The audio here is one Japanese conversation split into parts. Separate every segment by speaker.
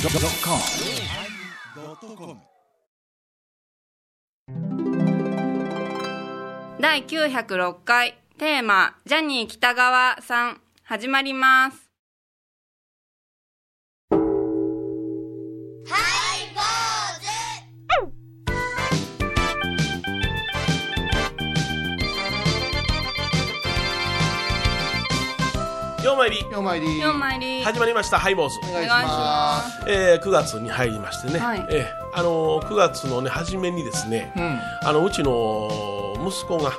Speaker 1: yosmir
Speaker 2: 第906回テーマジャニー北川さん始まります
Speaker 3: ようまいり
Speaker 4: お参り
Speaker 2: 今日参り
Speaker 3: 始まりましたハイボーズ、
Speaker 4: お
Speaker 2: お
Speaker 4: 願いし
Speaker 2: 願いし
Speaker 4: ま
Speaker 2: ます
Speaker 3: えー、9月に入りましてね、
Speaker 2: はい
Speaker 3: えーあのー、9月のね初めにですね、あのうちの息子が、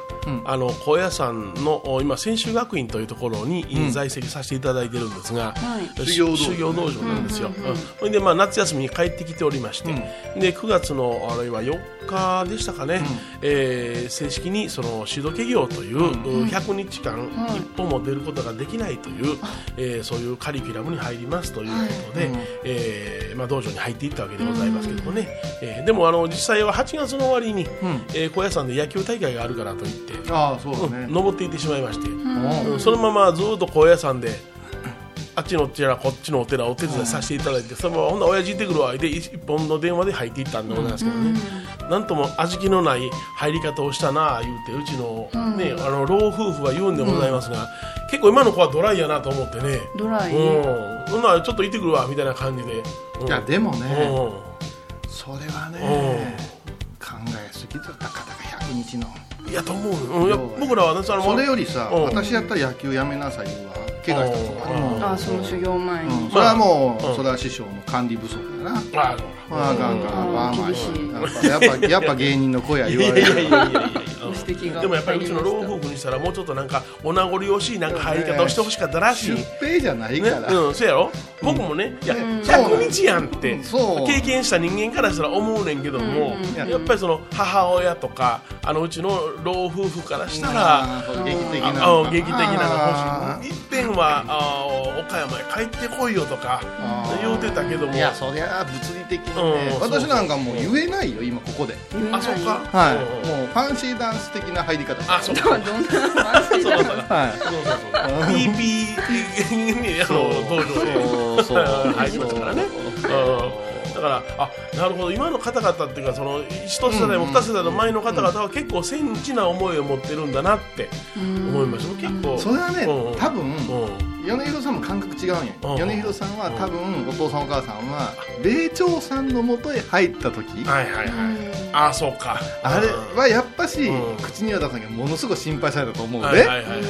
Speaker 3: あの高野山のお今専修学院というところに在籍させていただいてるんですが、
Speaker 2: い
Speaker 3: し
Speaker 4: 修行道場
Speaker 3: 修行道場なんですよ、うんほいで、まあ、夏休みに帰ってきておりまして、で9月のあれは4日でしたかね、えー正式にそのシード企業という、100日間一歩も出ることができないという、えーそういうカリキュラムに入りますということで、えーまあ、道場に入っていったわけでございますけどもね、えーでもあの実際は8月の終わりに、えー高野山で野球大会があるからといって、
Speaker 4: ああそうだ
Speaker 3: うん
Speaker 4: ね
Speaker 3: 登っていってしまいまして。
Speaker 4: うん
Speaker 3: うんそのままずっと高野山であっちのお寺こっちのお寺お手伝いさせていただいて、そのままほんなら親父行ってくるわで一一本の電話で入っていったんでございますけどね、なんとも味気のない入り方をしたなあ言うてうちの,、ねあの老夫婦は言うんでございますが、結構今の子はドライやなと思ってね
Speaker 2: ドライ、
Speaker 3: うんほんならちょっと行ってくるわみたいな感じで、うん
Speaker 4: いやでも
Speaker 3: う
Speaker 4: ね
Speaker 3: ん
Speaker 4: それはね考えすぎだった方が100日の
Speaker 3: いやと思う、うんいや僕らはねその
Speaker 4: それよりさ
Speaker 3: うん
Speaker 4: 私やったら野球やめなさいよは怪我したとか
Speaker 3: うん
Speaker 2: あその修行前
Speaker 4: うん
Speaker 2: に、
Speaker 4: それはも
Speaker 3: うん
Speaker 4: うそれは師匠の管理不足だな
Speaker 3: あ
Speaker 4: まあガンガンまあまあ
Speaker 2: 厳しい
Speaker 4: やっぱやっぱやっぱ芸人の声はい言
Speaker 3: やい
Speaker 4: わ
Speaker 3: やい
Speaker 4: れ
Speaker 3: やい
Speaker 4: る
Speaker 3: やいや
Speaker 2: ご指摘が
Speaker 3: でもやっぱりうちの老夫婦にしたらもうちょっとなんかお名残惜しいなんか入り方をしてほしかったらしい、
Speaker 4: 出
Speaker 3: ね
Speaker 4: 兵じゃないから
Speaker 3: うん、そうやろ僕もね、いや
Speaker 4: そう
Speaker 3: 100日やんって
Speaker 4: そう
Speaker 3: 経験した人間からしたら思うねんけども、
Speaker 2: うん
Speaker 4: うん
Speaker 3: やっぱりその母親とかあのうちの老夫婦からしたら、
Speaker 4: あー劇的な
Speaker 3: ああ劇的なのが
Speaker 4: あ
Speaker 3: 欲しい一遍はあー岡山へ帰ってこいよとか
Speaker 4: あー
Speaker 3: 言うてたけども
Speaker 4: いやそりゃあ物理的に
Speaker 3: う
Speaker 4: ね
Speaker 3: ん
Speaker 4: 私なんかもう言えないよ今ここで
Speaker 2: 言えない
Speaker 3: あそっか
Speaker 4: はい
Speaker 3: うん
Speaker 4: もうファンシーダンス的な入り方
Speaker 3: あそっ
Speaker 2: ど
Speaker 3: か
Speaker 2: んな感じだろう
Speaker 4: はい
Speaker 3: そうそうそう PP にあの道場へ
Speaker 4: そうそう
Speaker 3: 入りましたからね。うんだからあなるほど今の方々っていうかその一世代も二世代の前の方々は結構戦地な思いを持ってるんだなって思いました、結構
Speaker 4: それはね
Speaker 3: うん
Speaker 4: 多分
Speaker 3: うん
Speaker 4: 米広さんも感覚違うんや
Speaker 3: うん
Speaker 4: 米広さんは多分お父さんお母さんは米朝さんのもとへ入った時
Speaker 3: はいはいはいあそうか
Speaker 4: あれはやっぱし
Speaker 3: うん
Speaker 4: 口には出さなきゃものすごい心配されたと思う
Speaker 3: はい
Speaker 4: で
Speaker 3: はいはいはい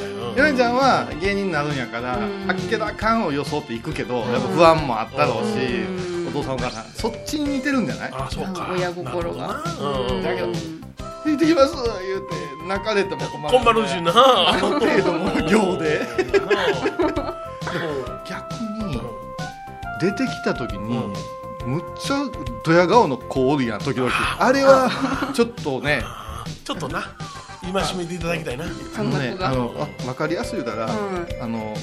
Speaker 4: 米ちゃんは芸人になるんやからあっけらかんを装っていくけどやっぱ不安もあったろうしお父さんお母さんそっちに似てるんじゃない
Speaker 3: あそうか
Speaker 2: 親心が
Speaker 3: なるほどなうん
Speaker 4: だけど「行ってきます」言うて泣かれても困る
Speaker 3: 困るしな
Speaker 4: ある程度の行で逆に出てきた時に、むっちゃドヤ顔の子おるやん時々あれはちょっ とね
Speaker 3: ちょっとな戒めていただきたいな
Speaker 4: あのね
Speaker 2: 感覚が
Speaker 4: あのあ分かりやすい言うたら、
Speaker 2: う
Speaker 4: あの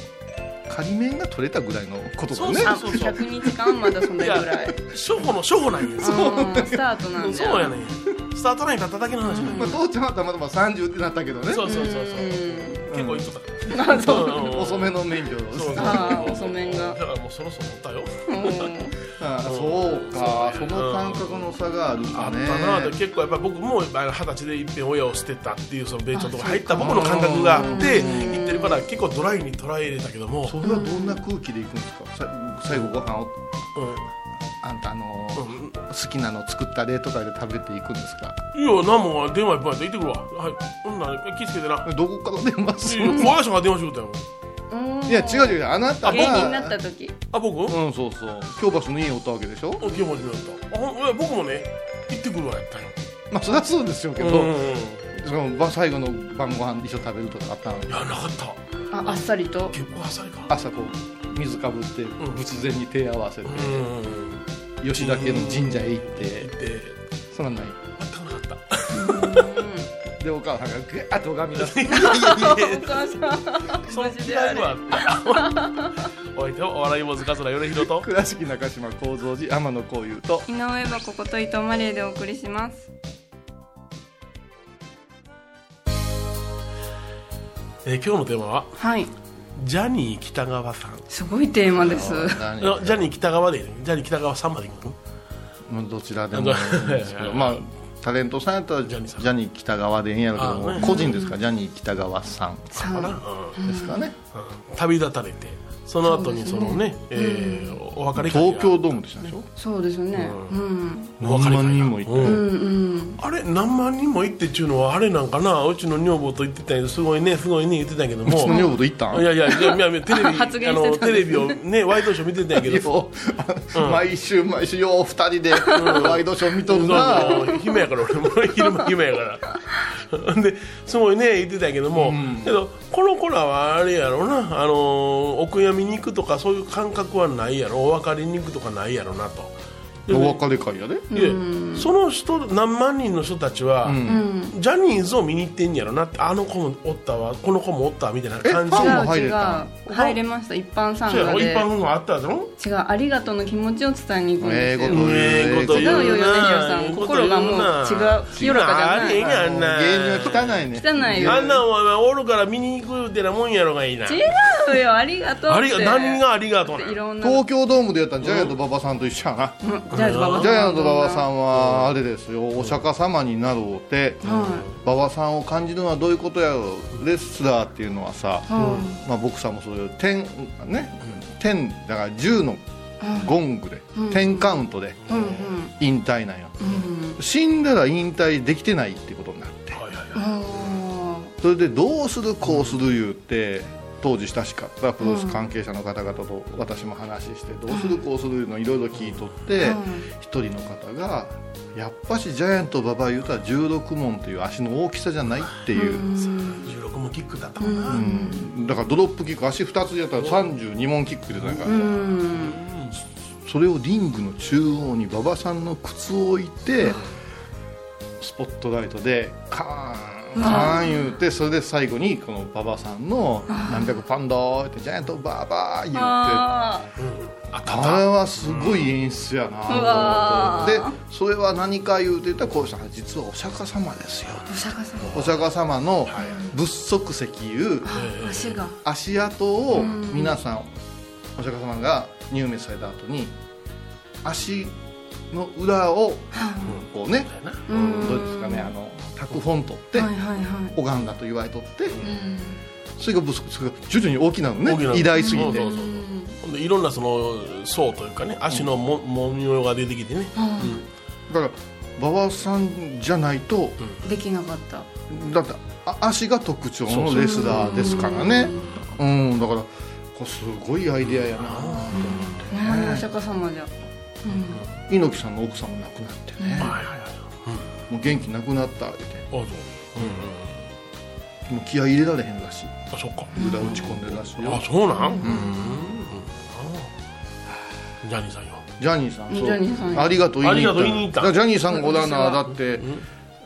Speaker 4: 仮面が取れたぐらいのことだね
Speaker 3: そう
Speaker 2: あ
Speaker 3: そうそう
Speaker 2: 100日間まだそれぐらい
Speaker 3: 初歩の初歩なんや
Speaker 2: あースタートなんだよ
Speaker 3: そうやねスタートライン立っただけの話なんや
Speaker 4: まあ、父ちゃんはたまたま30ってなったけどね
Speaker 3: そうそうそうそう
Speaker 4: う
Speaker 3: 結
Speaker 4: ん
Speaker 3: 構いいとった
Speaker 2: あそう
Speaker 3: うん
Speaker 4: 遅めの免許を
Speaker 3: そうそう
Speaker 2: あー遅麺が
Speaker 3: だからもうそろそろ持ったよ
Speaker 2: うん
Speaker 4: ああそうか
Speaker 3: そう
Speaker 4: そ
Speaker 3: ね
Speaker 4: の感覚の差がある
Speaker 3: あ
Speaker 4: か
Speaker 3: っ
Speaker 4: ね
Speaker 3: たなで結構やっぱり僕もあの二十歳で一遍親を捨てたっていうその米朝とか入った僕の感覚があって言ってるから結構ドライに捉えれたけども
Speaker 4: それはどんな空気でいくんですかさ最後ご飯を
Speaker 3: う
Speaker 4: あんたあのー
Speaker 3: んうん
Speaker 4: 好きなの作ったでとかで食べていくんですか
Speaker 3: いや何も電話いっぱいあって行ってくるわはいほんなら気付けてな
Speaker 4: どこから電話するの
Speaker 3: いや我が社が電話しようたよ
Speaker 2: うん
Speaker 4: いや違う違うあなたが
Speaker 2: 芸人になった時
Speaker 3: あ僕お
Speaker 4: うんそうそう京橋の家におったわけでしょ
Speaker 3: 気持ちになったあほんいや僕もね行ってくるわやったよ
Speaker 4: まあそりゃそうですよけど、
Speaker 3: うんうんうんい
Speaker 4: そのば最後の晩ご飯一緒に食べるとかあったの
Speaker 3: やなかった
Speaker 2: ああっさりと
Speaker 3: 結構浅いから
Speaker 4: 朝こう水かぶって仏前に手合わせて、
Speaker 3: うんうん
Speaker 4: 吉田家の神社へ行って、
Speaker 3: 行って
Speaker 4: そんなんない
Speaker 3: 全くなかった
Speaker 4: でお母さんがグーッと拝み出す
Speaker 2: お母さん
Speaker 3: その
Speaker 2: マジ
Speaker 3: 時
Speaker 2: であ
Speaker 3: 代
Speaker 2: れ
Speaker 3: はおいてお笑い坊主桂米広と
Speaker 4: 倉敷中島幸三寺天野幸雄と
Speaker 2: 井上はここと伊藤マリーでお送りします
Speaker 3: えー今日のテーマは
Speaker 2: はい
Speaker 3: ジャニー北川さん
Speaker 2: すごいテーマです
Speaker 3: あ
Speaker 4: 何
Speaker 3: のジャニー北川でいいのジャニー北川さんまでいくの
Speaker 4: もうどちらでもいいんですけどまあタレントさんやったらジ
Speaker 3: ジャニーさん
Speaker 4: ャニー喜多川でええんやろうけど
Speaker 3: あ
Speaker 4: も
Speaker 3: ね
Speaker 4: 個人ですからジャニー喜多川さん
Speaker 2: さ
Speaker 3: かな、うん
Speaker 2: ん
Speaker 4: ですかね
Speaker 3: 旅立たれてその後にそのねえーお別れ会が
Speaker 4: 東京ドームでしたでしょ
Speaker 2: そうですねうん
Speaker 3: お別れ会が
Speaker 4: 何万人もいて
Speaker 3: うん
Speaker 2: うんうん
Speaker 3: あれ何万人も行ってっちゅうのはあれなんかなうちの女房と行ってたんやけどすごいねすごいね言ってたんやけど
Speaker 4: うちの
Speaker 3: も
Speaker 4: 女房と行ったん
Speaker 3: いやいやいやいやいやテレビ
Speaker 2: 発言
Speaker 3: あ
Speaker 2: してたん
Speaker 3: の
Speaker 2: です
Speaker 3: テレビをねワイドショー見てたんやけど
Speaker 4: よう毎週毎週よう二人でワイドショー見とるな
Speaker 3: そうそう 暇やから俺も昼間暇やから ですごいね言ってたんやけども、けどこの子らはあれやろなあのお悔やみに行くとかそういう感覚はないやろお別れに行くとかないやろなと。で
Speaker 4: お別れ会やで
Speaker 3: でその人何万人の人たちは、ジャニーズを見に行ってんやろなってあの子もおったわこの子もおったわみたいな感じ
Speaker 4: えファンも
Speaker 2: 違う
Speaker 4: 入
Speaker 2: 違
Speaker 4: れ
Speaker 2: う
Speaker 4: た
Speaker 2: 入れました一般参
Speaker 3: そうや
Speaker 2: 加
Speaker 3: ろ一
Speaker 2: で
Speaker 3: 般があったやろ
Speaker 2: 違うありがとうの気持ちを伝えに行くんで
Speaker 4: ええ
Speaker 2: す
Speaker 4: こ
Speaker 2: よ
Speaker 4: と言う
Speaker 3: ええこと
Speaker 2: 違う
Speaker 3: 言う
Speaker 2: よ米広さ
Speaker 3: なん
Speaker 2: 心がもう違う清らかじゃない
Speaker 3: 違うあれええがんな
Speaker 4: 芸人は汚いね
Speaker 2: 汚いよ
Speaker 3: あんなんお前おるから見に行くってなもんやろがいいな
Speaker 2: 違うよありがとうって
Speaker 3: ありが何がありがとうな
Speaker 2: でいろんな
Speaker 4: 東京ドームでやったらジャイアント馬場さんと一緒やな
Speaker 2: うんジャイアント馬場さん
Speaker 4: ジャイアント馬場さんはあれですよお釈迦様になろうて
Speaker 2: は
Speaker 4: 馬場さんを感じるのはどういうことやろうレスラーっていうのはさ、
Speaker 2: は
Speaker 4: まあ、ボクサーもそうよ点ね点だから10のゴングで、点カウントで
Speaker 2: いうん
Speaker 4: 引退なんよ、
Speaker 2: うんうん
Speaker 4: 死んだら引退できてないってことになって
Speaker 3: はいはいはい
Speaker 2: あ
Speaker 4: それでどうするこうする言うて当時親しかったプロレス関係者の方々と私も話してどうするこうするいうのいろいろ聞いとって
Speaker 2: うん
Speaker 4: 一人の方が「やっぱしジャイアント馬場言うたら16問という足の大きさじゃない」っていう。
Speaker 3: 16もキックだったもんな、
Speaker 4: うんだからドロップキック足2つやったら32問キックでないから、
Speaker 2: ーうん
Speaker 4: それをリングの中央に馬場さんの靴を置いてスポットライトでカーンカーン言うてそれで最後にこの馬場さんの「何百パンド」って「ジャイアントバーバー」言うて。
Speaker 2: あ
Speaker 3: あった
Speaker 4: あれはすごい演出やな
Speaker 2: わ
Speaker 4: と思って、でそれは何か言うて言ったらこうしたら実はお釈迦様ですよ
Speaker 2: ーお釈迦さ
Speaker 4: お釈迦様の仏足石いう、
Speaker 2: ん足が
Speaker 4: 足跡を皆さんお釈迦様が入滅された後に足の裏をこうねど
Speaker 2: ん
Speaker 4: うですかねあの拓本取って
Speaker 2: はいはいはい
Speaker 4: 拝んだと言われとってそれがぶつそれが徐々に大きなのね
Speaker 3: 大きなの
Speaker 4: 偉大すぎ
Speaker 3: そう
Speaker 4: て
Speaker 3: そうそうほんでいろんなその層というかね足のも模様が出てきてね、
Speaker 4: だから馬場さんじゃないと
Speaker 2: できなかった
Speaker 4: だってあ足が特徴のレスラーですからねうんだからこれすごいアイデアやな
Speaker 2: ほんまにお釈迦様じゃ
Speaker 4: 猪木さんの奥さんも亡くなってね
Speaker 3: はいはいはい
Speaker 4: もう元気なくなったって
Speaker 3: あそう、うんうん、
Speaker 4: もう気合い入れられへんらしい
Speaker 3: あそっか
Speaker 4: 無駄打ち込んでるらしいよ
Speaker 3: あそうなん、うんあジャニーさんよ
Speaker 4: ジャニーさんそう
Speaker 2: ジャニーさん
Speaker 4: ありがとう言いに行
Speaker 3: ありが
Speaker 4: った
Speaker 3: とう言いに行った
Speaker 4: だからジャニーさんがおらな
Speaker 2: 私
Speaker 4: だ
Speaker 2: は
Speaker 4: って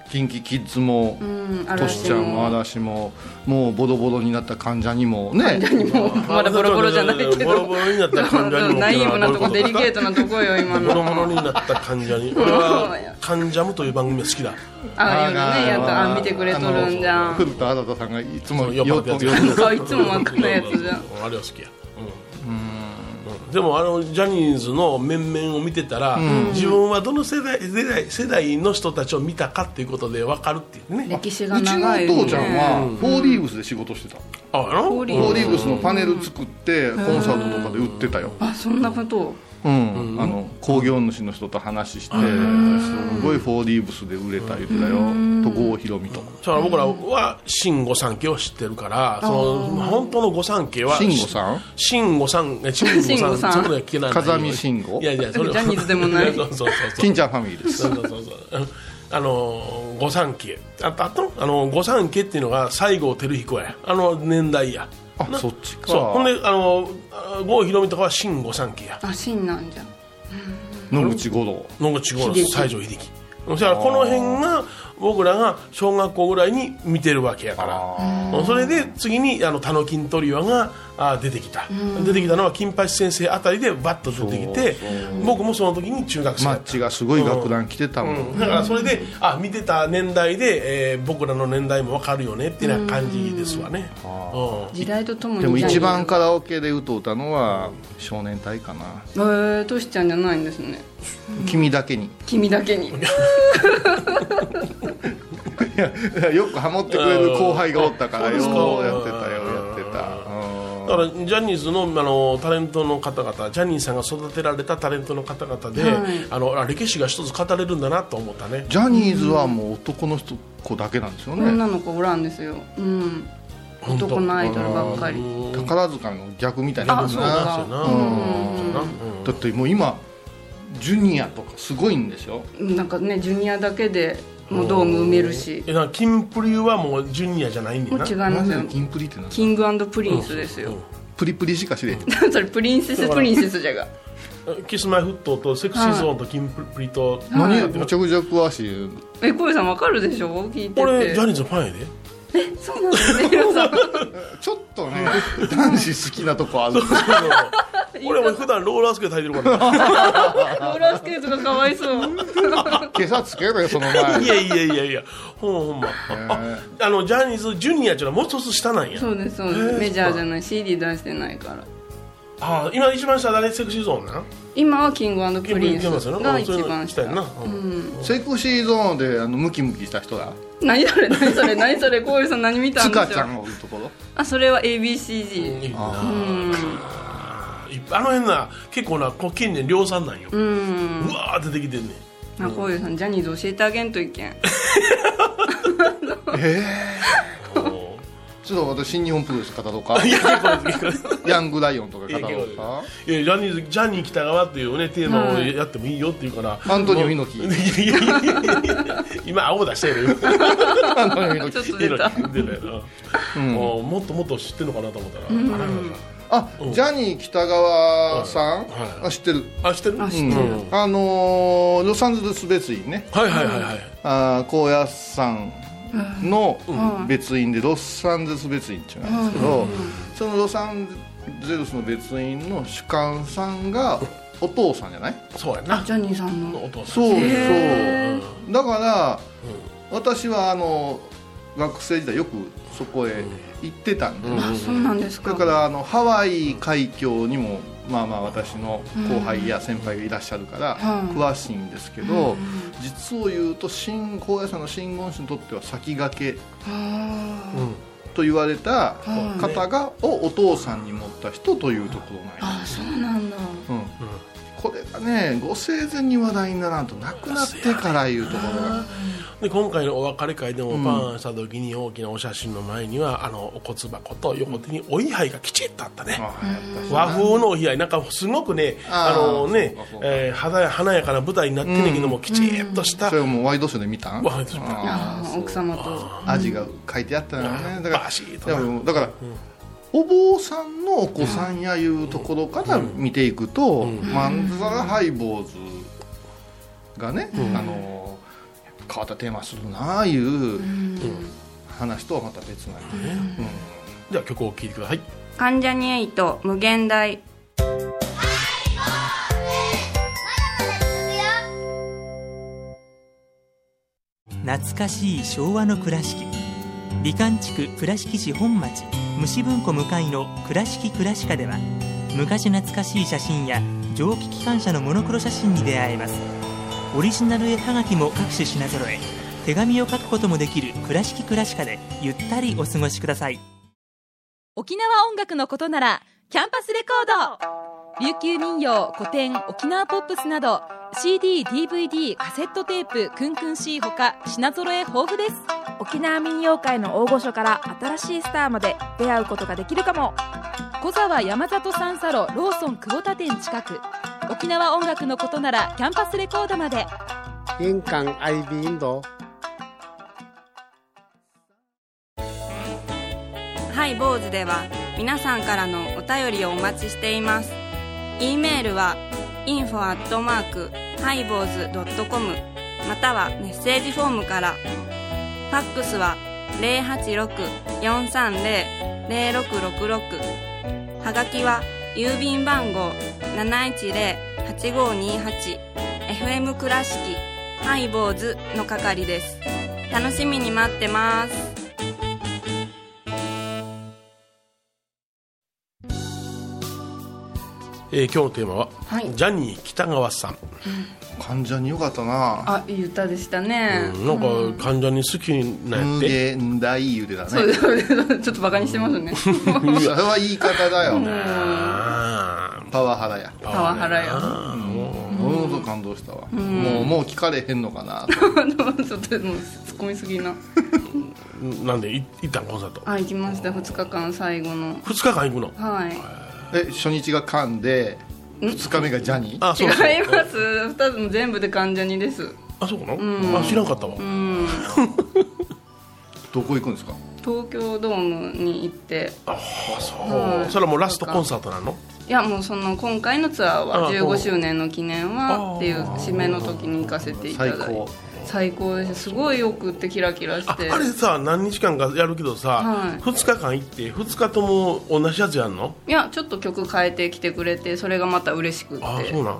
Speaker 4: キンキキッズも
Speaker 2: うん
Speaker 4: トシちゃんも嵐ももうボロボロになった患者にもね
Speaker 2: もうまだボロボロじゃないけ
Speaker 3: ボロ
Speaker 2: ど
Speaker 3: ボロになった患者に も
Speaker 2: ナイーブなとこデリケートなとこよ今
Speaker 3: ボロ
Speaker 2: の
Speaker 3: ボロになった患者 に俺は「患者む」という番組が好きだ
Speaker 2: ああいうのねやっとあ見てくれとるんじゃ
Speaker 4: あの
Speaker 2: ん
Speaker 4: 古田新太さんがいつも
Speaker 3: 酔っ払ったやつ
Speaker 4: 酔っ
Speaker 2: そういつも真っ赤なやつじゃん
Speaker 3: あれは好きやうん、でもあのジャニーズの面々を見てたら、自分はどの世代世代世代の人たちを見たかっていうことで分かるっていうね
Speaker 2: 歴史
Speaker 4: う
Speaker 2: が
Speaker 4: ちの
Speaker 2: 長い
Speaker 4: お父ちゃんはフォーリーブスで仕事してた
Speaker 3: あやろ
Speaker 2: ホーリ
Speaker 4: フォー
Speaker 2: ー
Speaker 4: リーブスのパネル作ってコンサートとかで売ってたよ
Speaker 2: あそんなことを
Speaker 4: うん、あの工業主の人と話してすごいフォーリーブスで売れた言ってたよ戸郷ひろみと
Speaker 3: だから僕らは新御三家を知ってるからその本当の御三家は
Speaker 4: 慎吾さん
Speaker 3: 慎吾さんえ慎
Speaker 2: 慎
Speaker 3: 吾
Speaker 2: 吾
Speaker 3: さ
Speaker 2: さ
Speaker 3: ん
Speaker 2: ん
Speaker 3: そこで聞けない
Speaker 4: 風見慎吾
Speaker 3: いやいやそれは
Speaker 2: ジャニーズでもない
Speaker 3: そうそうそうそう
Speaker 4: 金ちゃんファミリーです
Speaker 3: そうそうそうそうあの御三家あとあとあの御三家っていうのが西郷輝彦やあの年代や
Speaker 4: あそっちか
Speaker 3: そうほんであのあ郷ひろみとかは新御三家や
Speaker 2: あ真なんじゃん
Speaker 4: 野口五郎
Speaker 3: 野口五郎西城秀樹そしたらこの辺が僕らが小学校ぐらいに見てるわけやからそれで次にあのタノキントリオがあ出てきた、出てきたのは金八先生あたりでバッと出てきて僕もその時に中学生
Speaker 4: マ
Speaker 3: だ
Speaker 4: ッ
Speaker 3: った
Speaker 4: チがすごい楽団来てたもん、
Speaker 3: だからそれであ見てた年代で、えー僕らの年代もわかるよねっていうような感じですわね、うん
Speaker 2: 時代とともに
Speaker 4: でも一番
Speaker 2: へ
Speaker 4: カラオケで歌うたのは少年隊かな
Speaker 2: えー、トシちゃんじゃないんですね
Speaker 4: 「君だけに
Speaker 2: 君だけに」
Speaker 4: いやよくハモってくれる後輩がおったからよ
Speaker 3: うん
Speaker 4: うやってたよやって
Speaker 3: だ
Speaker 4: た
Speaker 3: からジャニーズのあのタレントの方々ジャニーさんが育てられたタレントの方々で、
Speaker 2: はい
Speaker 3: あのあ歴史が一つ語れるんだなと思ったね
Speaker 4: ジャニーズはもう男の人子だけなんですよね
Speaker 2: 女の子おらんですようん
Speaker 3: 本当
Speaker 2: 男のアイドルばっかり
Speaker 4: 宝塚の逆みたいな
Speaker 2: あ
Speaker 4: もん
Speaker 2: そう
Speaker 4: な
Speaker 2: か
Speaker 3: そうやな
Speaker 2: うん
Speaker 3: なうん
Speaker 4: だってもう今ジュニアとかすごいんですよ
Speaker 2: なんかねジュニアだけでもうドーム埋めるし
Speaker 3: えなんかキンプリはもうジュニアじゃないんだ
Speaker 2: も
Speaker 3: な
Speaker 2: う違い
Speaker 4: な
Speaker 2: ま
Speaker 4: ん
Speaker 2: す
Speaker 4: で
Speaker 2: よ
Speaker 4: キンプリってなんだ
Speaker 2: キングプリンスですよ、
Speaker 4: プリプリしか知れへん
Speaker 2: それプリンセスプリンセスじゃが
Speaker 3: キスマイフットとセクシーゾーンとキンプリと、
Speaker 4: 何やめちゃくちゃ詳しい
Speaker 2: えこうさんわかるでしょ聞いてて
Speaker 3: 俺ジャニーズのファンやで
Speaker 2: そうなんですねヒロさん
Speaker 4: ちょっとね男子好きなとこ ある
Speaker 3: 俺も普段ローラースケート履いてるからな
Speaker 2: ローラースケートがかわいそう
Speaker 4: 今朝つけろよその前
Speaker 3: い
Speaker 4: に
Speaker 3: やいやいやいやほんまほんまああのジャニーズジュニアっていうのはもう一つ下なんや
Speaker 2: そうですそうです、
Speaker 3: えー
Speaker 2: メジャーじゃない CD 出してないから
Speaker 3: あ今一番下誰セクシーゾーンなん
Speaker 2: 今はキングプリンス
Speaker 3: キングプリンス
Speaker 2: が一番
Speaker 3: 下
Speaker 2: 下
Speaker 3: やなうん
Speaker 4: セクシーゾーンであのムキムキした人だ
Speaker 2: 何それ何それ何それこういうさん何見た
Speaker 4: つ
Speaker 2: んでしょ
Speaker 4: か
Speaker 2: う
Speaker 4: ちゃんがおるところ
Speaker 2: あそれは ABCG
Speaker 3: いいな
Speaker 2: うん
Speaker 3: いっぱいあの辺な結構なこう近年量産なんよ
Speaker 2: う
Speaker 3: うんわー出てきてんねん
Speaker 2: あこういうさんジャニーズ教えてあげんといけん
Speaker 4: え
Speaker 3: おー
Speaker 4: えちょっと私新日本プロレス方とか
Speaker 3: いや結構です 結構です
Speaker 4: ヤングライオンとか
Speaker 3: いや
Speaker 4: 方
Speaker 3: 結
Speaker 4: と
Speaker 3: 構
Speaker 4: か
Speaker 3: いやジャニーズジャニー北川っていうねテーマを
Speaker 2: はい
Speaker 3: やってもいいよって言うから、
Speaker 4: アントニオ猪 木
Speaker 3: いやいやいやいやいや今青出してるよ
Speaker 4: アントニオ
Speaker 2: ちょっ
Speaker 4: 猪木
Speaker 2: と出た
Speaker 3: 出たよな、もうもっともっと知ってるのかなと思ったら、あらら
Speaker 4: あジャニー北川さん
Speaker 3: はい
Speaker 4: あ知ってる
Speaker 3: らあ知ってる
Speaker 2: あ知
Speaker 4: うん
Speaker 2: ってる
Speaker 4: あのーロサンゼルス別院ね
Speaker 3: はいはいはいはい
Speaker 4: あー高野山の
Speaker 2: ん
Speaker 4: 別院でロサンゼルス別院っていうのがあるんですけど、そのロサンゼルスの別院の主幹さんがお父さんじゃない
Speaker 3: そうやな
Speaker 2: ジャニーさんの
Speaker 3: お父さん
Speaker 4: そうそう
Speaker 2: へ
Speaker 4: だから、私はあの学生時代よくそこへ行ってたんで、
Speaker 2: あそうなんですか
Speaker 4: だからあのハワイ海峡にもまあまあ私の後輩や先輩がいらっしゃるから
Speaker 2: うん
Speaker 4: 詳しいんですけど、実を言うと新高野山の真言宗にとっては先駆け
Speaker 2: あー
Speaker 3: うん
Speaker 4: と言われた
Speaker 2: うん
Speaker 4: 方が、をお父さんに持った人というところなんや
Speaker 2: あそうなんだ
Speaker 4: うんこれがねご生前に話題にならんとなくなってからいうところが
Speaker 3: で今回のお別れ会でもパンした時に大きなお写真の前には、あのお骨箱と横手にお位牌がきちっとあったね、
Speaker 4: ああやっぱしな
Speaker 3: 和風のお悲哀なんかすごくねあ
Speaker 4: あー
Speaker 3: のね
Speaker 4: そうかそう、か
Speaker 3: えー、華や華やかな舞台になってんねんけども、きちっとした、
Speaker 4: それをもうワイドショーで見たん
Speaker 3: ワイドショーで見
Speaker 4: あ
Speaker 2: あ
Speaker 4: あ
Speaker 2: ー奥様と
Speaker 4: 味が書いてあったのよねだから
Speaker 3: バシッと
Speaker 4: で
Speaker 3: な
Speaker 4: もだから、お坊さんのお子さんやいうところから見ていくと、マンザラハイボーズがね、あの変わったテーマするなあいう話とはまた別なんでね、うん
Speaker 3: では曲を聴いてください
Speaker 2: 関ジャニエイト無限大
Speaker 1: 懐かしい昭和の倉敷美観地区倉敷市本町虫文庫向かいの「倉敷倉歯科」では昔懐かしい写真や蒸気機関車のモノクロ写真に出会えますオリジナル絵はがきも各種品揃え手紙を書くこともできる「倉敷倉歯科」でゆったりお過ごしください
Speaker 5: 沖縄音楽のことならキャンパスレコード琉球民謡古典沖縄ポップスなど CDDVD カセットテープクンクン C ほか品揃え豊富です
Speaker 6: 沖縄民謡界の大御所から新しいスターまで出会うことができるかも
Speaker 5: 小沢山里三佐路ローソン久保田店近く沖縄音楽のことならキャンパスレコードまで
Speaker 7: 印港 IB 印度。
Speaker 2: ハイボーズでは皆さんからのお便りをお待ちしています。e メールは info アットマークハイボーズドットコムまたはメッセージフォームから。ファックスは086-430-0666がきは郵便番号 710-8528FM 倉敷ハイボーズの係です楽しみに待ってます
Speaker 3: えー今日のテーマは、
Speaker 8: はい
Speaker 3: ジャニー北川さん、
Speaker 4: 患者によかったな
Speaker 8: あいい歌でしたね、
Speaker 3: うんなんか患者に好きになっ
Speaker 4: 無
Speaker 3: て、
Speaker 4: 限大言うてたね
Speaker 8: そうそうそうちょっとバカにしてますね
Speaker 4: それは言い方だよ、
Speaker 3: あ
Speaker 4: パワハラや
Speaker 8: パワハラや
Speaker 3: あも
Speaker 4: ものすごく感動したわ、もうもう聞かれへんのかなと
Speaker 8: ちょっともう突っ込みすぎな
Speaker 3: うなんでい行ったんコンサート
Speaker 8: あ行きました2日間最後の
Speaker 3: 2日間行くの
Speaker 8: はい
Speaker 4: え初日が噛んで2日目がジャニー
Speaker 3: あ
Speaker 8: 違
Speaker 3: そ
Speaker 8: いう
Speaker 3: そう
Speaker 8: ます2つも全部で患者にです
Speaker 3: あそうかな、あ知らんかったわ、
Speaker 8: うん
Speaker 4: どこ行くんですか
Speaker 8: 東京ドームに行って
Speaker 3: あそう、
Speaker 8: はい
Speaker 3: それはもうラストコンサートなの
Speaker 8: いやもうその今回のツアー
Speaker 3: あ
Speaker 8: は
Speaker 3: お
Speaker 8: 15周年の記念
Speaker 3: あ
Speaker 8: はっていう締めの時に行かせていただ
Speaker 4: 最
Speaker 8: いて
Speaker 4: 高
Speaker 8: 最高ですすごいよくってキラキラし
Speaker 3: あ
Speaker 8: て
Speaker 3: あれさ何日間かやるけど
Speaker 8: は
Speaker 3: さ、
Speaker 8: い
Speaker 3: 二2日間行って2日とも同じやつやんの
Speaker 8: いやちょっと曲変えてきてくれてそれがまた嬉しくって
Speaker 3: あそうなん、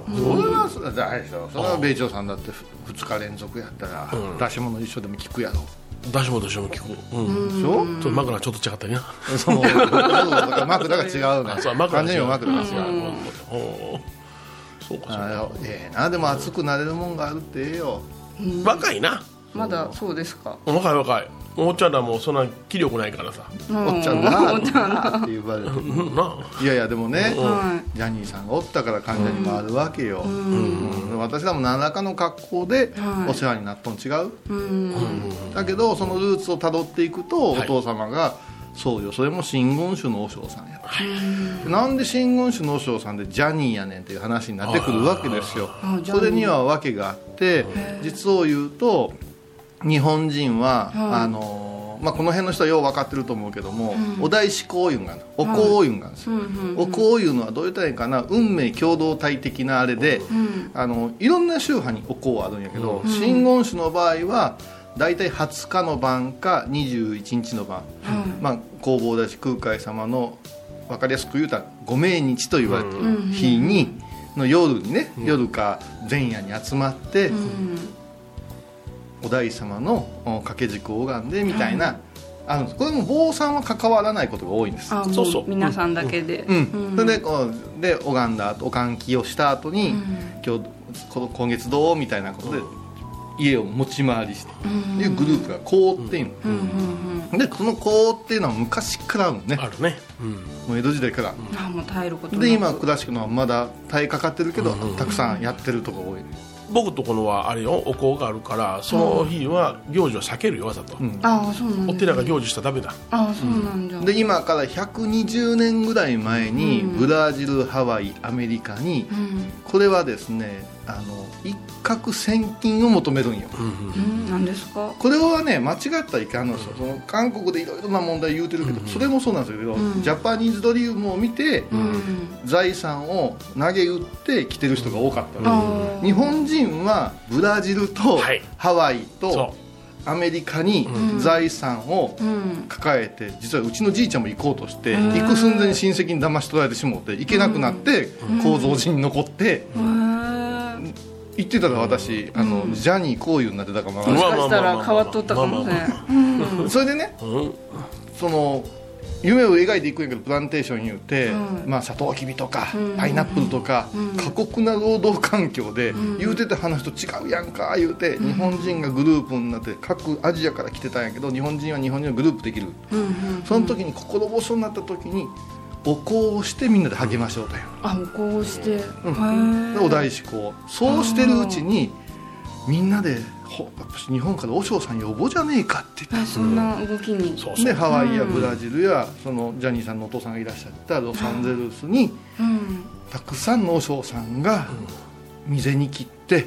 Speaker 4: そんなそ大丈夫それは米朝さんだって2日連続やったら出し物一緒でも聞くやろ
Speaker 3: 出し物としても聞くうん、ち
Speaker 4: でしょ
Speaker 3: ょっと枕ちょっと違ったりな
Speaker 4: そうそうそう枕が違うね
Speaker 3: そう枕
Speaker 4: 完全に枕が違う
Speaker 3: うんほうそうかそうか
Speaker 4: あのええなでも熱くなれるもんがあるってええよ
Speaker 3: 若いな
Speaker 8: まだそうですか
Speaker 3: 若い若いおっちゃんらもそんな気力ないからさ、
Speaker 4: おっちゃんな
Speaker 8: おっちゃんな
Speaker 4: って言われる
Speaker 3: うん、ない
Speaker 4: やいやでもね、
Speaker 8: は
Speaker 4: ジャニーさんがおったから患者に回るわけよ、うん私らも何らかの格好で
Speaker 8: はい
Speaker 4: お世話になったの違う、
Speaker 8: うん
Speaker 4: だけどそのルーツをたどっていくと、
Speaker 3: はい
Speaker 4: お父様がそうよそれも真言宗の和尚さんや、でなんで真言宗の和尚さんでジャニーやねんっていう話になってくるわけですよ
Speaker 8: あージャニー
Speaker 4: それには訳があって実を言うと日本人は、
Speaker 8: はい
Speaker 4: あのーまあ、この辺の人はよう分かってると思うけども、お大志向運があるお香運があるんですよ、お香いうのはどう言ったらいいかな運命共同体的なあれで、あのいろんな宗派にお香はあるんやけど、真言宗の場合は大体20日の晩か21日の晩、まあ、弘法大師空海様の分かりやすく言うたらご命日と言われてる日に、の夜にね、夜か前夜に集まって、お大師様のお掛け軸を拝んでみたいな、あるんですこれも坊さんは関わらないことが多いんです
Speaker 8: あ
Speaker 3: そう
Speaker 8: も
Speaker 3: そう
Speaker 8: う皆さんだけで
Speaker 4: うんそれでこうで拝んだ後お換気をした後に、今日こ今月どうみたいなことで、家を持ち回りして、いうグループが香っていうの、でこの香っていうのは昔からあるのね
Speaker 3: あるね、うん、
Speaker 4: もう江戸時代から、
Speaker 8: あもう耐えることなく
Speaker 4: で今倉敷のはまだ耐えかかってるけど、たくさんやってるとこ多い、
Speaker 3: 僕とこのはあれよお香があるからその日は行事を避けるよわざと、
Speaker 4: ん
Speaker 8: ああそうなん
Speaker 3: お
Speaker 8: だ
Speaker 3: 寺が行事したらダメだ
Speaker 8: ああそうなんじゃ
Speaker 4: で今から120年ぐらい前に、ブラジルハワイアメリカに、これはですねあの一攫千金を求めるんよ、
Speaker 8: うんなんですか
Speaker 4: これはね間違ったらいかんのですよその韓国でいろいろな問題言うてるけど、それもそうなんですけど、ジャパニーズドリームを見て、財産を投げ打って来てる人が多かったの、
Speaker 8: あ
Speaker 4: 日本人はブラジルと
Speaker 3: はい
Speaker 4: ハワイ
Speaker 3: そ
Speaker 4: とアメリカに財産を抱えて実はうちのじいちゃんも行こうとして行く寸前に親戚に騙し取られてしもうて行けなくなって構造寺に残って
Speaker 8: あ
Speaker 4: 行ってたら私あのジャニーこういうになってたかもわか
Speaker 3: う
Speaker 4: ら
Speaker 8: もし
Speaker 3: わ
Speaker 4: ない
Speaker 8: かしたら変わっとったかもしれ
Speaker 3: まあ
Speaker 8: ん
Speaker 4: それでね
Speaker 3: うん
Speaker 4: その夢を描いていくんやけどプランテーション言うて、まあ、サトウキビとか、パイナップルとか、過酷な労働環境で、言うてた話と違うやんか言うて、日本人がグループになって各アジアから来てたんやけど日本人は日本人はグループできる、その時に心細になった時にお香をしてみんなで励ましようという、
Speaker 8: あお香をして、
Speaker 4: うん
Speaker 8: へえ
Speaker 4: でお大師こうそうしてるうちにみんなでほやっぱし日本から和尚さん呼ぼうじゃねえかって言って
Speaker 8: あそんな動きに
Speaker 3: そうそ
Speaker 4: で
Speaker 3: う
Speaker 4: ハワイやブラジルやそのジャニーさんのお父さんがいらっしゃったロサンゼルスに
Speaker 8: うん
Speaker 4: たくさんの和尚さんが店に切って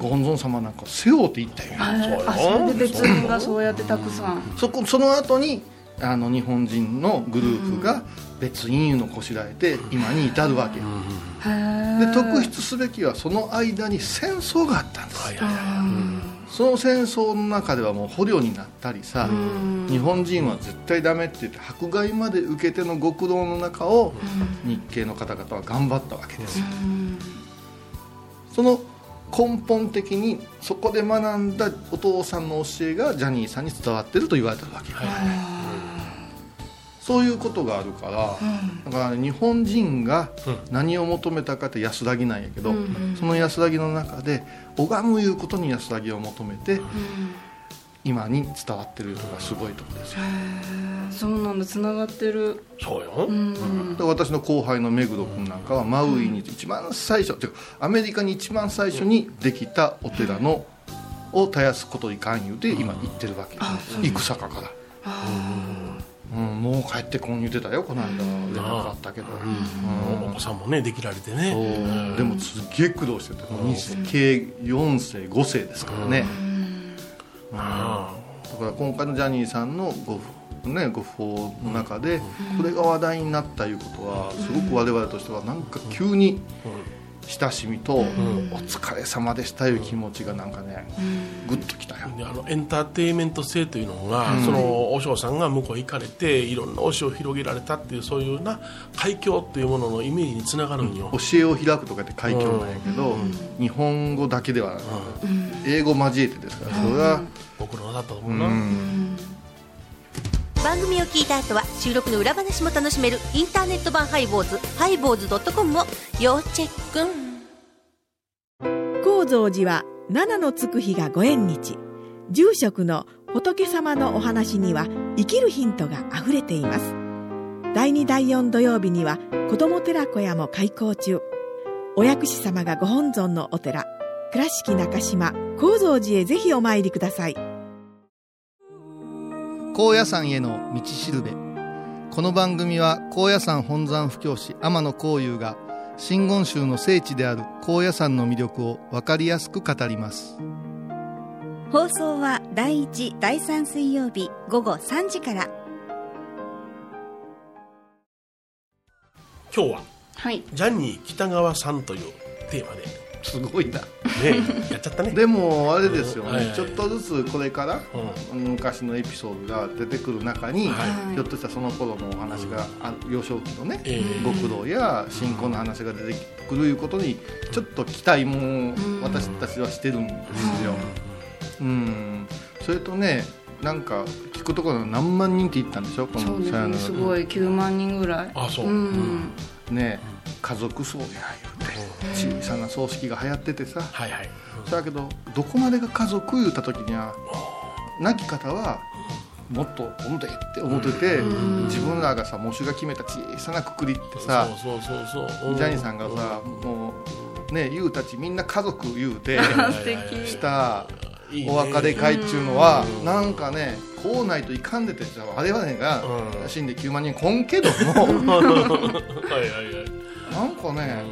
Speaker 4: ご本尊様なんかを背負っていったよ、
Speaker 3: そう
Speaker 8: あそれ
Speaker 3: よ
Speaker 8: で別人がそうやってたくさん
Speaker 4: そこその後にあの日本人のグループが別院のこしらえて今に至るわけよ
Speaker 8: へえ
Speaker 4: で特筆すべきはその間に戦争があったんです
Speaker 3: はいはいはい
Speaker 4: その戦争の中ではもう捕虜になったりさ、日本人は絶対ダメって言って迫害まで受けての極道の中を日系の方々は頑張ったわけですよ、その根本的にそこで学んだお父さんの教えがジャニーさんに伝わってると言われてるわけよ、そういうことがあるから、だから日本人が何を求めたかって安らぎなんやけど、その安らぎの中で拝むいうことに安らぎを求めて、今に伝わってるのがすごいところですよ、
Speaker 8: そうなんだ繋がってる
Speaker 3: そうよ、
Speaker 4: で私の後輩の目黒君なんかはマウイに一番最初、てかアメリカに一番最初にできたお寺の、を絶やすこといかん言うて今行ってるわけ、戦かから。うん、もう帰ってこん言うてたよこの間連絡あったけど、うん
Speaker 3: お子さんもねできられてね
Speaker 4: そうでもすっげえ苦労してたもう二世計4世5世ですからね、
Speaker 3: あ
Speaker 4: だから今回のジャニーさんのご不,、ね、ご不法の中でこれが話題になったいうことはすごく我々としてはなんか急に親しみとお疲れ様でしたいう気持ちがなんかねグッときたよ
Speaker 3: あであのエンターテインメント性というのが、その和尚さんが向こう行かれていろんな和尚を広げられたっていうそういうな海峡というもののイメージにつながるんよ、
Speaker 4: 教えを開くとかって開教なんやけど日本語だけではなく英語交えてですからそれは
Speaker 3: 僕のだったと思うな、
Speaker 9: 番組を聞いた後は収録の裏話も楽しめるインターネット版ハイボーズハイボーズドットコムを要チェック
Speaker 10: 高蔵寺は七のつく日がご縁日住職の仏様のお話には生きるヒントがあふれています第2第4土曜日には子ども寺小屋も開校中お薬師様がご本尊のお寺倉敷中島・高蔵寺へぜひお参りください
Speaker 11: 高野山への道しるべこの番組は高野山本山布教師天野幸雄が真言宗の聖地である高野山の魅力を分かりやすく語ります
Speaker 12: 放送は第1第3水曜日午後3時から
Speaker 3: 今日は
Speaker 8: はい
Speaker 3: ジャニー北川さんというテーマです
Speaker 4: ごいな
Speaker 3: ねやっちゃったね
Speaker 4: でもあれですよね、
Speaker 3: はい
Speaker 4: ちょっとずつこれから、昔のエピソードが出てくる中に、
Speaker 3: は
Speaker 4: ひょっとしたらその頃のお話が、あ幼少期のね、
Speaker 3: ええ
Speaker 4: 極道や信仰の話が出てくるいうことにちょっと期待も私たちはしてるんですよ。うん、それとねなんか聞くところ何万人って言ったんでしょこ
Speaker 8: そ
Speaker 4: の
Speaker 8: うで
Speaker 4: さよ
Speaker 8: す
Speaker 4: な
Speaker 8: ね
Speaker 4: ら
Speaker 8: すごい9万人ぐらい
Speaker 3: あそう、
Speaker 8: うん
Speaker 4: ね家族葬や言うて小さな葬式が流行っててさ、
Speaker 3: はいはい
Speaker 4: だけどどこまでが家族言うた時には亡き方はもっと表へって思ってて自分らがさ喪主が決めた小さなくくりってさ
Speaker 3: そうそうそうそう
Speaker 4: ジャニーさんがさもうね優たちみんな家族言うて
Speaker 8: 素敵
Speaker 4: した
Speaker 3: いいね
Speaker 4: お別れ会っちゅうのはなんかねこうないといかんでてさあれはね が
Speaker 3: うん
Speaker 4: 死んで9万人こんけども
Speaker 3: はいはいはい
Speaker 4: なんかね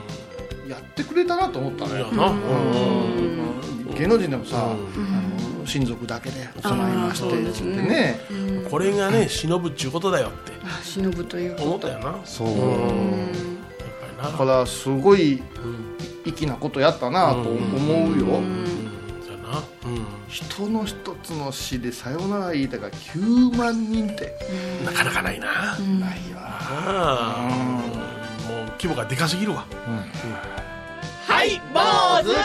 Speaker 4: やってくれたなと思った
Speaker 3: い
Speaker 4: ね
Speaker 3: や。な
Speaker 4: うん芸能人でもさ、あの親族だけでお供えまして
Speaker 8: あー
Speaker 4: ってね
Speaker 3: これがね忍ぶっちゅうことだよって
Speaker 8: あ忍ぶという
Speaker 3: 思ったよなやっ
Speaker 4: そう
Speaker 3: ぱりな
Speaker 4: だからすごい粋なことやったなと思うよ、
Speaker 3: じゃなう
Speaker 4: 人の一つの死でさよなら言いたが9万人って
Speaker 3: んなかなかないな
Speaker 4: ないわ、
Speaker 3: ああもう規模がでかすぎるわ
Speaker 11: はい坊主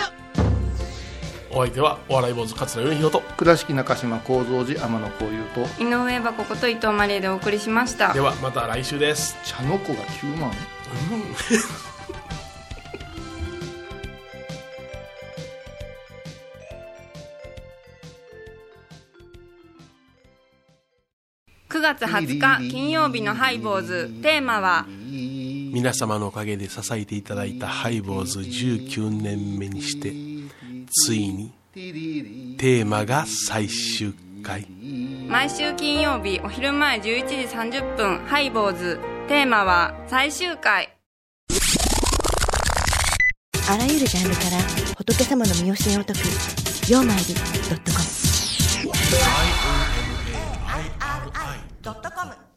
Speaker 3: お相手はお笑い坊主桂米宏と
Speaker 4: 倉敷中島幸三寺天野幸雄と
Speaker 2: 井上箱こと伊藤マリエでお送りしました
Speaker 3: ではまた来週です
Speaker 4: 茶の子が9万
Speaker 2: 9月20日金曜日のハイボーズテーマは
Speaker 3: 皆様のおかげで支えていただいたハイボーズ19年目にしてついにテーマが最終回
Speaker 2: 毎週金曜日お昼前11時30分ハイボーズテーマは最終回
Speaker 9: あらゆるジャンルから仏様の身教えを解く「曜マイルドットコム」
Speaker 3: i n a i r i